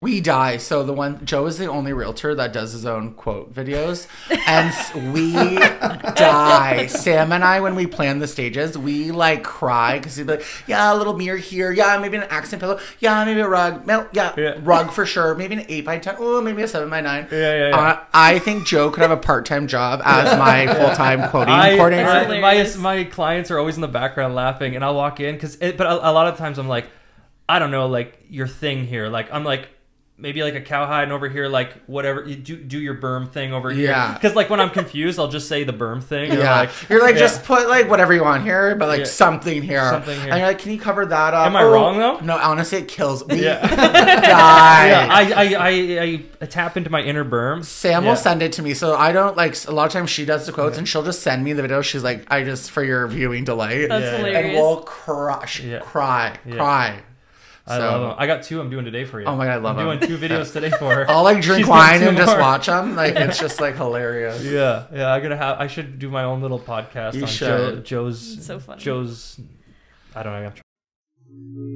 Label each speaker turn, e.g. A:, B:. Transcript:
A: we die. So the one Joe is the only realtor that does his own quote videos, and s- we die. Sam and I, when we plan the stages, we like cry because he'd be like, "Yeah, a little mirror here. Yeah, maybe an accent pillow. Yeah, maybe a rug. Mel- Yeah,
B: Yeah.
A: rug for sure. Maybe an eight by ten. Oh, maybe a seven by nine.
B: yeah, yeah.
A: Uh, I think Joe could have a part-time job as my full-time quoting
B: I,
A: coordinator.
B: I- my,
C: hilarious.
B: my clients are always in the background laughing, and I'll walk in because. But a, a lot of times I'm like, I don't know, like your thing here. Like I'm like maybe like a cowhide and over here, like whatever you do, do your berm thing over here.
A: Yeah.
B: Because like when I'm confused, I'll just say the berm thing. and
A: Yeah,
B: Like,
A: you're like
B: yeah.
A: just put like whatever you want here, but like
B: Yeah.
A: something here.
B: Something here.
A: And you're like, can you cover that up? Oh.
B: Am I wrong, though?
A: No, honestly, it kills. We
B: Yeah.
A: die.
B: yeah. I, I, I, I tap into my inner berm.
A: Sam
B: Yeah.
A: will send it to me, so I don't like. A lot of times she does the quotes, and she'll just send me the video. She's like, "I just for your viewing delight,"
C: That's
B: Yeah. And
C: hilarious.
A: and we'll crush,
B: Yeah.
A: cry,
B: Yeah.
A: cry.
B: I love 'em. I got two I'm doing today for you.
A: Oh my God, I love
B: I'm
A: 'em.
B: doing two videos today for her.
A: I'll like drink
B: She's doing
A: wine
B: two
A: and just
B: more.
A: watch them. Like it's just like hilarious.
B: Yeah, yeah. I'm gonna have. I should do my own little podcast
A: You
B: on Joe,
A: should.
B: Joe's.
C: so funny.
B: Joe's. I don't know. I'm trying.